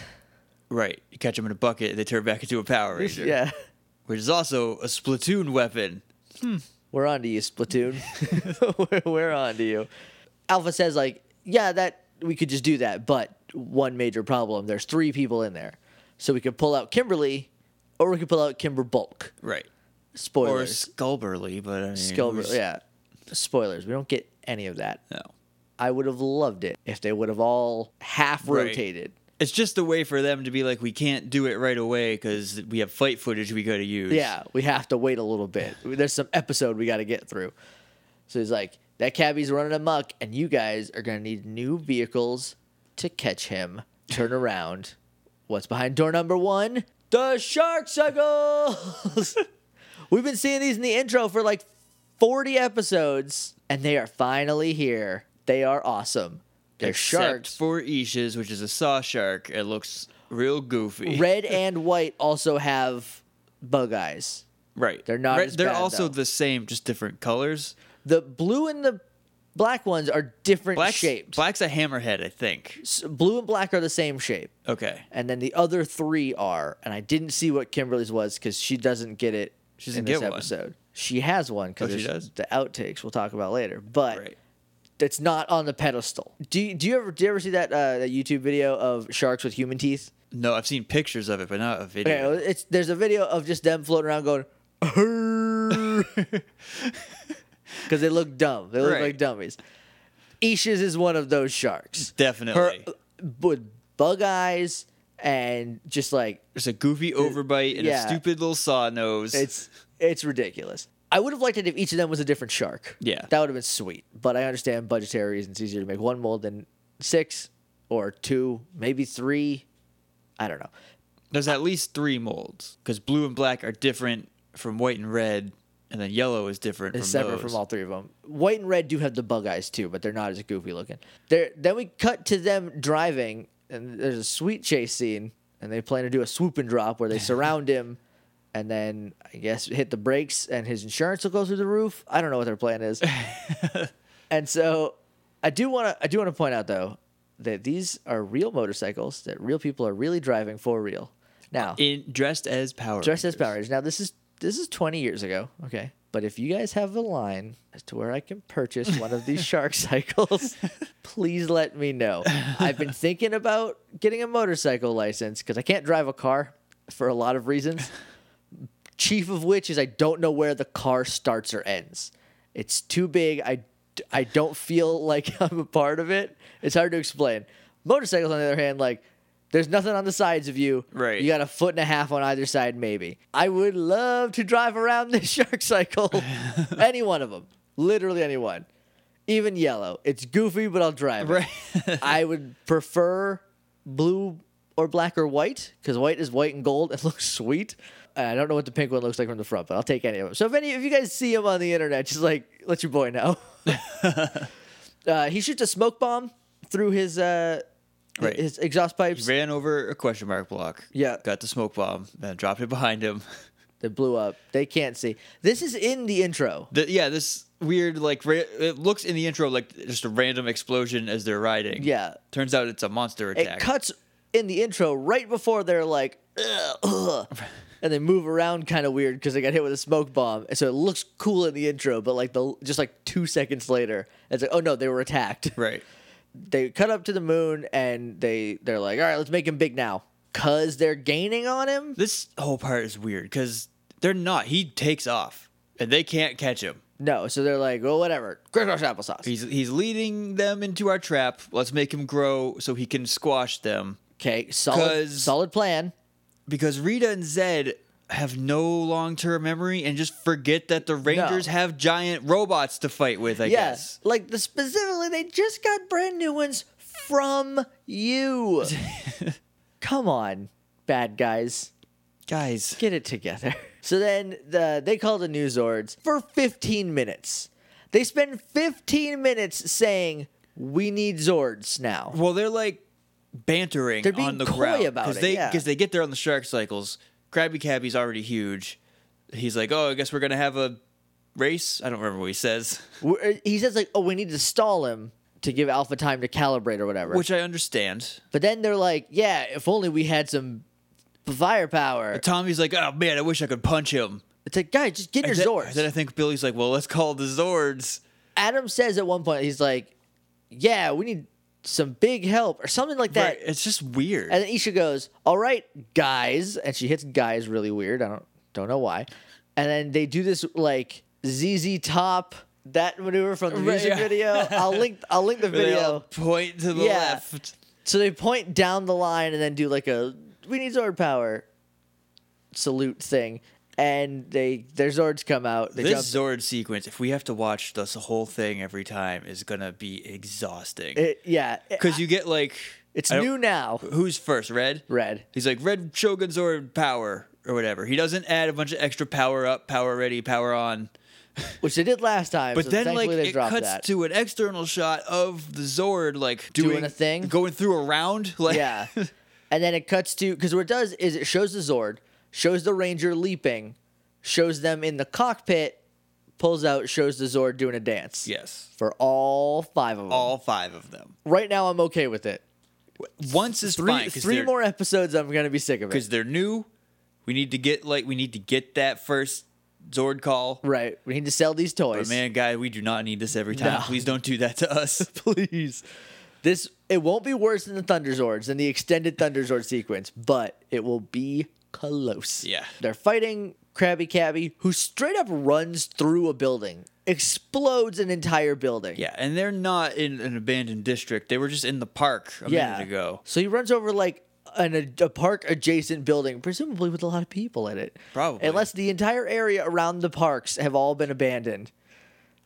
S1: Right. You catch them in a bucket, they turn back into a Power Ranger.
S2: Yeah,
S1: Which is also a Splatoon weapon.
S2: we're on to you, Splatoon. we're, we're on to you. Alpha says like yeah, that we could just do that. But one major problem: there's three people in there, so we could pull out Kimberly, or we could pull out Kimber Bulk.
S1: Right. Or
S2: Spoilers,
S1: Skullburly, but I mean.
S2: Skilbert.
S1: who's-
S2: Yeah, spoilers. We don't get any of that.
S1: No.
S2: I would have loved it if they would have all half
S1: Right.
S2: rotated.
S1: It's just a way for them to be like, we can't do it right away because we have fight footage we got to use.
S2: Yeah, we have to wait a little bit. There's some episode we got to get through. So he's like, that cabbie's running amok, and you guys are going to need new vehicles to catch him. Turn around. What's behind door number one? The shark suckles. We've been seeing these in the intro for like 40 episodes, and they are finally here. They are awesome. They're
S1: Except
S2: sharks.
S1: for Isha's, which is a saw shark. It looks real goofy.
S2: red and white also have bug eyes.
S1: Right.
S2: They're not
S1: Right,
S2: as
S1: they're
S2: bad,
S1: also
S2: though.
S1: the same, just different colors.
S2: The blue and the black ones are different
S1: Black's,
S2: shapes.
S1: Black's a hammerhead, I think.
S2: S- Blue and black are the same shape,
S1: Okay.
S2: and then the other three are. And I didn't see what Kimberly's was because she doesn't get it.
S1: She doesn't
S2: in this
S1: get one.
S2: episode. She has one
S1: Oh, she does?
S2: because the outtakes we'll talk about later, but
S1: Right.
S2: that's not on the pedestal. Do you, do you ever do you ever see that uh, that YouTube video of sharks with human teeth?
S1: No, I've seen pictures of it, but not a video.
S2: Okay, well, it's there's a video of just them floating around going because they look dumb. They look
S1: Right.
S2: like dummies. Isha's is one of those sharks. Her
S1: Definitely.
S2: with bug eyes and just like
S1: There's a goofy overbite and
S2: yeah.
S1: a stupid little saw nose.
S2: it's it's ridiculous. I would have liked it if each of them was a different shark.
S1: Yeah.
S2: that would have been sweet. But I understand budgetary reasons. It's easier to make one mold than six or two, maybe three. I don't know.
S1: There's at least three molds because blue and black are different from white and red, and then yellow is different
S2: It's
S1: from those.
S2: separate from all three of them. White and red do have the bug eyes too, but they're not as goofy looking. There. Then we cut to them driving, and there's a sweet chase scene, and they plan to do a swoop and drop where they surround him, and then I guess hit the brakes, and his insurance will go through the roof. I don't know what their plan is. and so, I do want to. I do want to point out though that these are real motorcycles that real people are really driving for real. Now,
S1: In dressed as power.
S2: Dressed as
S1: Rangers.
S2: Power Rangers. Now this is this is 20 years ago. Okay, but if you guys have a line as to where I can purchase one of these Shark Cycles, please let me know. I've been thinking about getting a motorcycle license because I can't drive a car for a lot of reasons. Chief of which is I don't know where the car starts or ends. It's too big. I I don't feel like I'm a part of it. It's hard to explain. Motorcycles, on the other hand, like there's nothing on the sides of you.
S1: Right.
S2: You got a foot and a half on either side, maybe. I would love to drive around this shark cycle. any one of them, literally any one. Even yellow. It's goofy, but I'll drive it. I would prefer blue or black or white because white is white and gold and looks sweet. And I don't know what the pink one looks like from the front, but I'll take any of them. So if any, if you guys see him on the internet, just like let your boy know. uh, he shoots a smoke bomb through his uh,
S1: Right.
S2: his exhaust pipes.
S1: Ran over a question mark block.
S2: Yeah.
S1: Got the smoke bomb and dropped it behind him.
S2: that blew up. They can't see. This is in the intro.
S1: The, yeah, this weird like ra- it looks in the intro like just a random explosion as they're riding.
S2: Yeah.
S1: turns out it's a monster
S2: It
S1: attack.
S2: cuts in the intro right before they're like, "Ugh, ugh," and they move around kind of weird because they got hit with a smoke bomb, and so it looks cool in the intro, but like the just like two seconds later, it's like, oh no, they were attacked.
S1: right.
S2: They cut up to the moon, and they they're like, all right, let's make him big now, cause they're gaining on him.
S1: This whole part is weird because they're not. He takes off and they can't catch him.
S2: No, so they're like, well, whatever, crisscross applesauce.
S1: He's he's leading them into our trap. Let's make him grow so he can squash them.
S2: Okay, solid
S1: 'Cause-
S2: solid plan.
S1: Because Rita and Zed have no long term memory and just forget that the Rangers have giant robots to fight with. I
S2: Yes, like the specifically, they just got brand new ones from you. Come on, bad guys,
S1: guess, guys.
S2: get it together. So then the, they call the new Zords for 15 minutes. They spend 15 minutes saying we need Zords now.
S1: Well, they're like bantering
S2: They're being
S1: on the
S2: coy
S1: ground
S2: about it,
S1: they
S2: yeah.
S1: because they get there on the shark cycles. Krabby Cabby's already huge. He's like, oh, I guess we're gonna have a race. I don't remember what he says,
S2: We're, he says like, oh, we need to stall him to give Alpha time to calibrate or whatever.
S1: which I understand.
S2: but then they're like, yeah, if only we had some firepower.
S1: Tommy's like, oh man, I wish I could punch him.
S2: It's like, guys, just get in your
S1: Then-
S2: Zords.
S1: Then I think Billy's like, well, let's call the Zords.
S2: Adam says at one point, he's like, "Yeah, we need some big help" or something like that.
S1: Right, It's just weird.
S2: And then Isha goes, "All right, guys," and she hits guys really weird. I don't don't know why. And then they do this like ZZ Top that maneuver from the
S1: Right,
S2: music
S1: yeah.
S2: video. I'll link I'll link the
S1: They all
S2: video.
S1: point to the
S2: Yeah.
S1: left.
S2: So they point down the line and then do like a "We need Zord power" salute thing. And they their Zords come out. They jump.
S1: This Zord sequence, if we have to watch this whole thing every time, is gonna be exhausting.
S2: It- yeah,
S1: Because you get like
S2: it's
S1: I don't-
S2: new now.
S1: Who's first, Red?
S2: Red.
S1: He's like Red Shogun Zord power or whatever. He doesn't add a bunch of extra power up, power ready, power on.
S2: which they did last time.
S1: But
S2: so
S1: then like
S2: thankfully they
S1: it
S2: dropped
S1: cuts
S2: that.
S1: to an external shot of the Zord like doing,
S2: Doing a thing?
S1: going through a round. Like
S2: yeah, and then it cuts to because what it does is it shows the Zord, shows the Ranger leaping, shows them in the cockpit, pulls out, shows the Zord doing a dance.
S1: yes,
S2: for all five of them.
S1: all five of them.
S2: Right now, I'm okay with it.
S1: Once is
S2: Three,
S1: fine. 'cause
S2: three
S1: they're-
S2: more episodes, I'm gonna be sick of it.
S1: because they're new. We need to get like we need to get that first Zord call.
S2: Right, we need to sell these
S1: But
S2: toys,
S1: man, guy, we do not need this every time.
S2: No.
S1: Please don't do that to us.
S2: please. This it won't be worse than the Thunder Zords than the extended Thunder Zord sequence, but it will be close.
S1: Yeah.
S2: They're fighting Krabby Cabby, who straight up runs through a building, explodes an entire building.
S1: Yeah, and they're not in an abandoned district. They were just in the park a
S2: Yeah.
S1: minute ago.
S2: So he runs over like an, a park adjacent building, presumably with a lot of people in it.
S1: Probably.
S2: Unless the entire area around the parks have all been abandoned.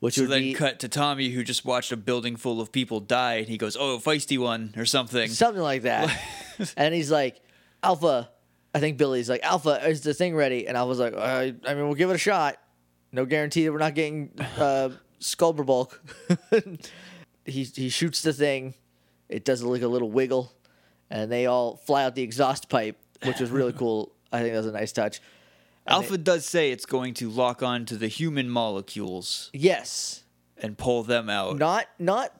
S2: Which
S1: So
S2: would
S1: then
S2: be
S1: cut to Tommy, who just watched a building full of people die, and he goes, "Oh, feisty one" or something.
S2: something like that. and he's like, Alpha, I think Billy's like, Alpha, is the thing ready? And Alpha's like, uh, I mean, we'll give it a shot. No guarantee that we're not getting uh, Sculber Bulk. he, he shoots the thing. It does like a little wiggle. And they all fly out the exhaust pipe, which was really cool. I think that was a nice touch.
S1: Alpha does say it's going to lock on to the human molecules
S2: Yes.
S1: and pull them out.
S2: Not, not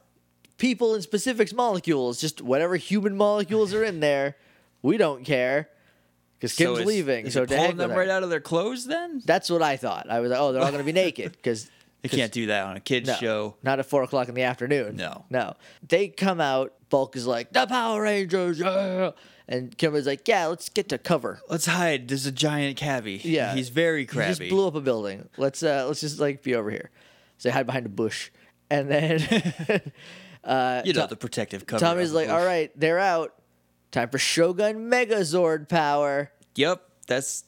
S2: people in specific molecules, just whatever human molecules are in there. We don't care. Because
S1: So
S2: Kim's
S1: is-
S2: leaving.
S1: is
S2: so
S1: it
S2: to heck
S1: pulling
S2: with
S1: them
S2: her.
S1: right out of their clothes. Then
S2: That's what I thought. I was like, oh, they're all going to be naked because
S1: they can't do that on a kids
S2: no,
S1: show.
S2: not at four o'clock in the afternoon.
S1: No.
S2: no. They come out. Bulk is like the Power Rangers, yeah!" and Kimberly's like, yeah, let's get to cover.
S1: Let's hide. There's a giant cabby.
S2: Yeah,
S1: he's very
S2: He
S1: crabby.
S2: just blew up a building. Let's uh, let's just like be over here. So they hide behind a bush, and then uh,
S1: you know
S2: To-
S1: the protective cover.
S2: Tommy's like, all right, they're out. Time for Shogun Megazord power.
S1: Yep, that's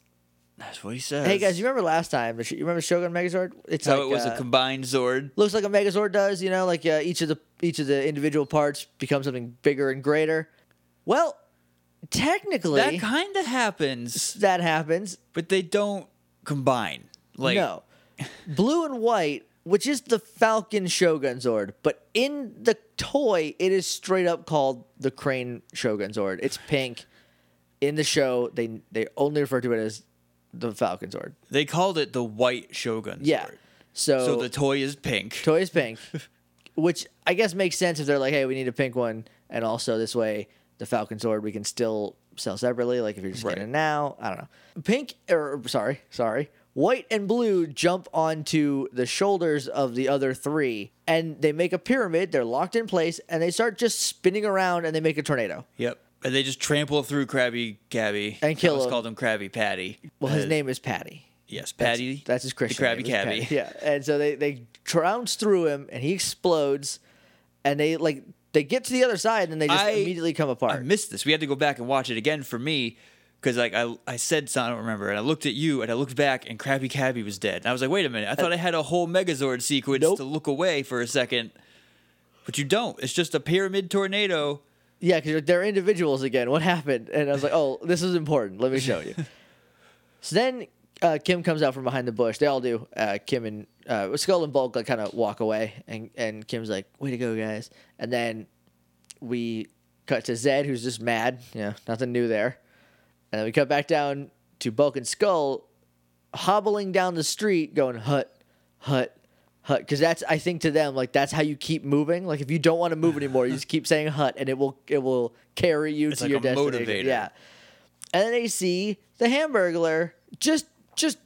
S1: that's what he says.
S2: Hey guys, you remember last time? the sh- You remember Shogun Megazord? It's
S1: how
S2: like,
S1: it was
S2: uh,
S1: a combined Zord.
S2: looks like a Megazord does. You know, like uh, each of the each of the individual parts becomes something bigger and greater. Well, technically,
S1: That
S2: that,
S1: kind of happens,
S2: happens.
S1: but they don't combine. Like
S2: no, blue and white, which is the Falcon Shogun Zord, but in the toy, it is straight up called the Crane Shogun Zord. It's pink. In the show, they they only refer to it as the Falcon sword.
S1: They called it the white shogun
S2: Yeah.
S1: sword.
S2: So,
S1: So the toy is pink.
S2: toy is pink, which I guess makes sense if they're like, hey, we need a pink one, and also this way the Falcon sword we can still sell separately. Like if you're just getting
S1: Right.
S2: it now, I don't know. Pink or sorry, sorry. White and blue jump onto the shoulders of the other three, and they make a pyramid. They're locked in place, and they start just spinning around, and they make a tornado.
S1: yep. And they just trample through Krabby Cabby.
S2: And
S1: I
S2: kill
S1: almost
S2: him.
S1: called him Krabby Patty.
S2: Well, his
S1: Uh,
S2: name is Patty.
S1: Yes,
S2: That's-
S1: Patty.
S2: That's, his Christian
S1: The Krabby
S2: name,
S1: Cabby.
S2: is Patty. Yeah, and so they they trounce through him, and he explodes, and they like they get to the other side, and they just
S1: I-
S2: immediately come
S1: I
S2: apart.
S1: missed this. We had to go back and watch it again for me because like I I said something I don't remember, and I looked at you and I looked back and Krabby Cabby was dead. And I was like, wait a minute, I thought I had a whole Megazord sequence
S2: Nope.
S1: to look away for a second, but you don't. It's just a pyramid tornado.
S2: Yeah, because they're individuals again. What happened? And I was like, oh, this is important. Let me show you. so then uh, Kim comes out from behind the bush. They all do. Uh, Kim and uh, Skull and Bulk like, kind of walk away, and and Kim's like, way to go, guys. And then we cut to Zed, who's just mad. You know, nothing new there. And then we cut back down to Bulk and Skull hobbling down the street, going hut, hut, hut. Because that's I think to them like that's how you keep moving. Like if you don't want to move anymore, you just keep saying hut, and it will it will carry you to
S1: like
S2: your
S1: a
S2: destination.
S1: motivator.
S2: Yeah. And then they see the Hamburglar just just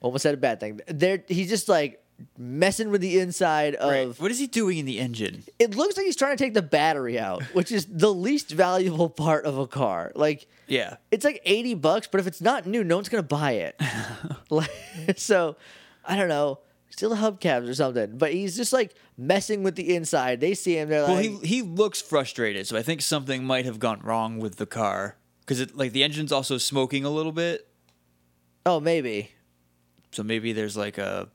S2: almost said a bad thing. There he's just like messing with the inside of
S1: What is he doing in the engine?
S2: it looks like he's trying to take the battery out, which is the least valuable part of a car. Like,
S1: Yeah.
S2: it's like 80 bucks, but if it's not new, no one's going to buy it. like, so, I don't know. Steal the hubcaps or something. But he's just like messing with the inside. They see him, they're
S1: Well,
S2: like,
S1: he he looks frustrated, so I think something might have gone wrong with the car because it like the engine's also smoking a little bit,
S2: oh, maybe.
S1: so maybe there's like a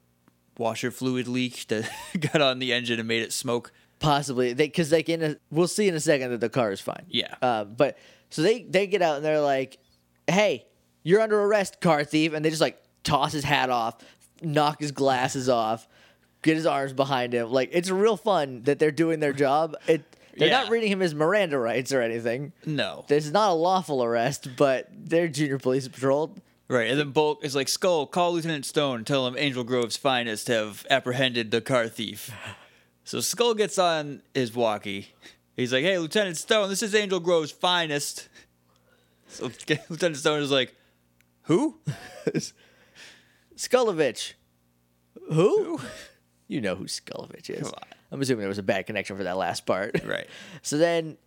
S1: washer fluid leak that got on the engine and made it smoke.
S2: Possibly, because like in a, we'll see in a second that the car is fine.
S1: Yeah.
S2: Uh, but so they they get out and they're like, "Hey, you're under arrest, car thief!" And they just like toss his hat off, knock his glasses off, get his arms behind him. Like it's real fun that they're doing their job. It they're not
S1: Yeah.
S2: reading him his Miranda rights or anything.
S1: No,
S2: This is not a lawful arrest, but they're junior police patrol.
S1: Right, and then Bulk is like, Skull, call Lieutenant Stone, tell him Angel Grove's finest have apprehended the car thief. So Skull gets on his walkie. He's like, hey, Lieutenant Stone, this is Angel Grove's finest. So Lieutenant Stone is like, who?
S2: Skullovich, who? You know who Skullovich is.
S1: on.
S2: I'm assuming there was a bad connection for that last part.
S1: Right.
S2: So then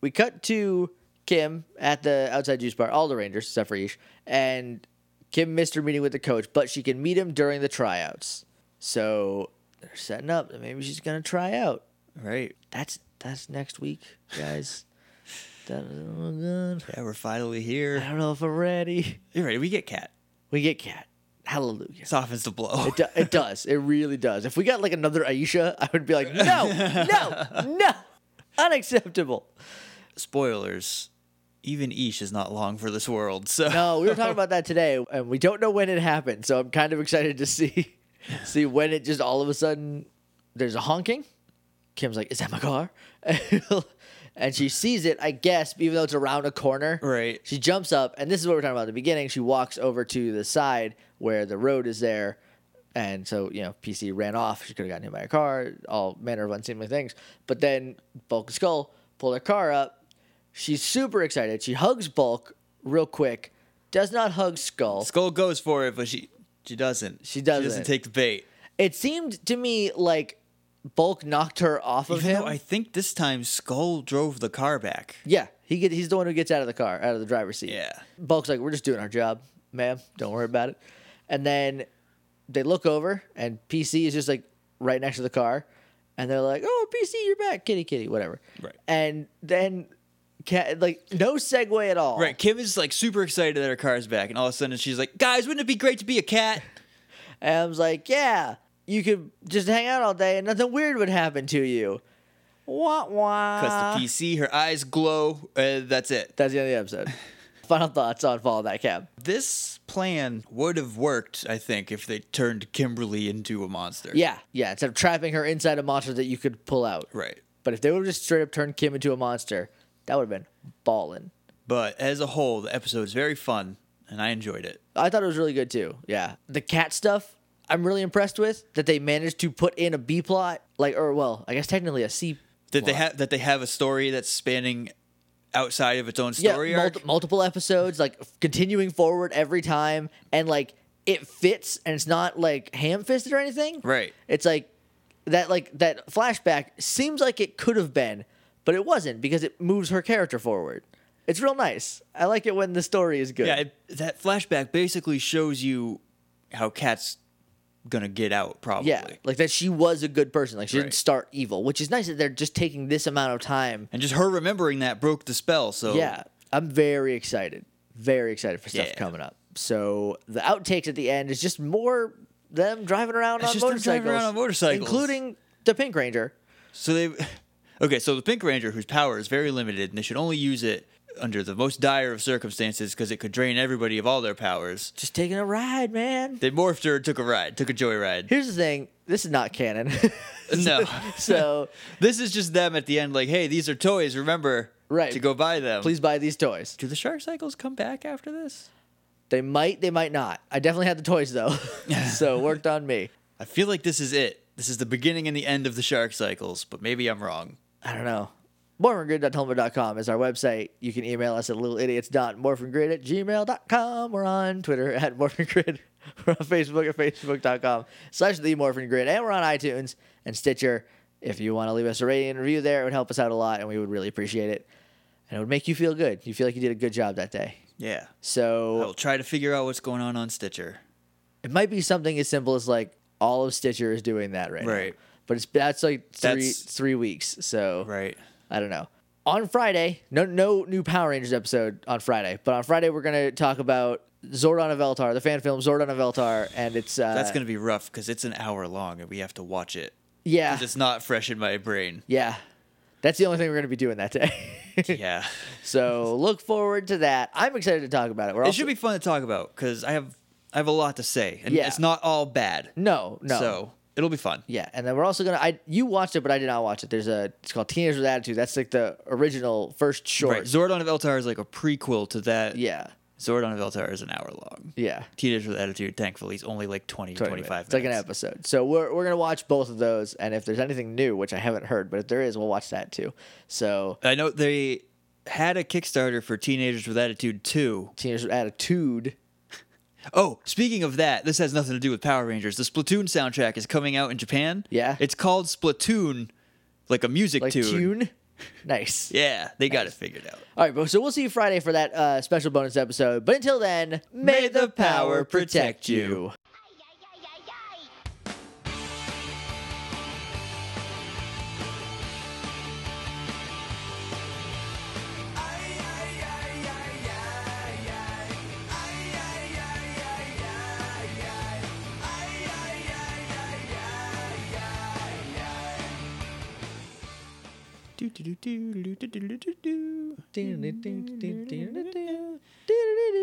S2: we cut to Kim at the outside juice bar, all the Rangers except for Ish, and Kim missed her meeting with the coach, but she can meet him during the tryouts. So they're setting up that maybe she's gonna try out.
S1: Right.
S2: That's that's next week, guys. That-
S1: Yeah, we're finally here.
S2: I don't know if I'm ready.
S1: You're right, we get Cat.
S2: We get cat. Hallelujah.
S1: It softens the blow.
S2: It, do- it does. It really does. If we got like another Aisha, I would be like, no, no, no, unacceptable.
S1: Spoilers. Even Ish is not long for this world, so
S2: No, we were talking about that today, and we don't know when it happened. So I'm kind of excited to see see when it just all of a sudden there's a honking. Kim's like, "Is that my car?" and she sees it, I guess, even though it's around a corner.
S1: Right.
S2: She jumps up, and this is what we we're talking about at the beginning. She walks over to the side where the road is there, and so you know, PC ran off. She could have gotten hit by a car, all manner of unseemly things. But then Bulk and Skull pull their car up. She's super excited. She hugs Bulk real quick. Does not hug Skull.
S1: Skull goes for it, but she she doesn't.
S2: She
S1: She
S2: doesn't.
S1: doesn't take the bait.
S2: It seemed to me like Bulk knocked her off of
S1: Even
S2: him.
S1: though I think this time Skull drove the car back.
S2: yeah, he get, he's the one who gets out of the car, out of the driver's seat.
S1: Yeah.
S2: Bulk's like, "We're just doing our job, ma'am. Don't worry about it." And then they look over, and PC is just like right next to the car, and they're like, "Oh, PC, you're back, kitty, kitty, whatever."
S1: Right.
S2: And then, cat, like, no segue at all.
S1: Right, Kim is like super excited that her car's back, and all of a sudden she's like, "Guys, wouldn't it be great to be a cat?"
S2: And I was like, "Yeah, you could just hang out all day, and nothing weird would happen to you." Wah wah.
S1: Cuts the PC, her eyes glow. Uh, that's it.
S2: That's the end of the episode. Final thoughts on Follow That Cab.
S1: This plan would have worked, I think, if they turned Kimberly into a monster.
S2: Yeah, yeah. Instead of trapping her inside a monster that you could pull out.
S1: Right.
S2: But if they would have just straight up turned Kim into a monster, that would have been ballin'.
S1: But as a whole, the episode is very fun. and I enjoyed it.
S2: I thought it was really good too. Yeah. The cat stuff, I'm really impressed with that they managed to put in a B plot, like, or well, I guess technically a C.
S1: That they
S2: plot.
S1: have that they have a story that's spanning outside of its own
S2: yeah,
S1: story arc.
S2: multi- multiple episodes, like f- continuing forward every time, and like it fits, and it's not like ham fisted or anything.
S1: Right.
S2: It's like that, like that flashback seems like it could have been, but it wasn't because it moves her character forward. It's real nice. I like it when the story is good.
S1: Yeah, it, that flashback basically shows you how Cat's gonna get out. Probably.
S2: Yeah, like that she was a good person. Like she
S1: Right.
S2: didn't start evil, which is nice that they're just taking this amount of time.
S1: And just her remembering that broke the spell. So
S2: Yeah, I'm very excited. Very excited for stuff
S1: Yeah.
S2: coming up. So the outtakes at the end is just more them driving around on
S1: just them
S2: motorcycles.
S1: driving around on motorcycles.
S2: Including the Pink Ranger.
S1: So they, okay. So the Pink Ranger, whose power is very limited, and they should only use it under the most dire of circumstances because it could drain everybody of all their powers.
S2: Just taking a ride, man.
S1: They morphed her and took a ride, took a joyride.
S2: Here's the thing. This is not canon.
S1: No.
S2: so
S1: This is just them at the end, like, hey, these are toys. Remember
S2: Right.
S1: to go buy them.
S2: please buy these toys.
S1: Do the shark cycles come back after this?
S2: They might, they might not. I definitely had the toys though. so it worked on me.
S1: I feel like this is it. This is the beginning and the end of the shark cycles, but maybe I'm wrong.
S2: I don't know. MorphinGrid.tumblr.com is our website. You can email us at littleidiots.morphingrid at gmail.com. We're on Twitter at morphingrid. We're on Facebook at facebook.com slash the morphingrid. And we're on iTunes and Stitcher. If you want to leave us a rating and review there, it would help us out a lot and we would really appreciate it. And it would make you feel good. You feel like you did a good job that day.
S1: Yeah.
S2: So
S1: I'll try to figure out what's going on on Stitcher.
S2: it might be something as simple as like all of Stitcher is doing that right, now.
S1: Right.
S2: But it's that's like three
S1: That's-
S2: three weeks. So
S1: Right.
S2: I don't know. On Friday, no no new Power Rangers episode on Friday, but on Friday we're gonna talk about Zordon of Eltar, the fan film Zordon of Eltar, and it's uh,
S1: That's going to be rough because it's an hour long and we have to watch it.
S2: yeah
S1: 'Cause It's not fresh in my brain.
S2: yeah. That's the only thing we're gonna be doing that day.
S1: Yeah.
S2: so look forward to that. I'm excited to talk about it. We're
S1: It
S2: also-
S1: should be fun to talk about because I have I have a lot to say, and
S2: Yeah.
S1: it's not all bad.
S2: no no
S1: So it'll be fun.
S2: Yeah, and then we're also gonna. I you watched it, but I did not watch it. There's a it's called Teenagers with Attitude. That's like the original first short.
S1: Right. Zordon of Eltar is like a prequel to that.
S2: Yeah,
S1: Zordon of Eltar is an hour long.
S2: yeah.
S1: Teenage with Attitude, thankfully, is only like 20,
S2: 20
S1: 25
S2: minutes.
S1: minutes.
S2: It's like an episode. So we're we're gonna watch both of those, and if there's anything new, which I haven't heard, but if there is, we'll watch that too. So
S1: I know they had a Kickstarter for Teenagers with Attitude 2.
S2: Teenagers with Attitude.
S1: Oh, speaking of that, this has nothing to do with Power Rangers. The Splatoon soundtrack is coming out in Japan.
S2: Yeah.
S1: It's called Splatoon, like a music
S2: Like
S1: tune.
S2: tune. Nice.
S1: Yeah, they got it figured out.
S2: All right, bro. So we'll see you Friday for that uh, special bonus episode. But until then, may,
S1: May
S2: the power protect
S1: you.
S2: you.
S3: Ay, ay, ay, ay, ay.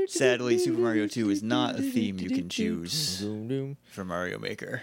S1: Sadly, Super Mario 2 is not a theme you can choose
S2: Zoom, zoom.
S1: for Mario Maker.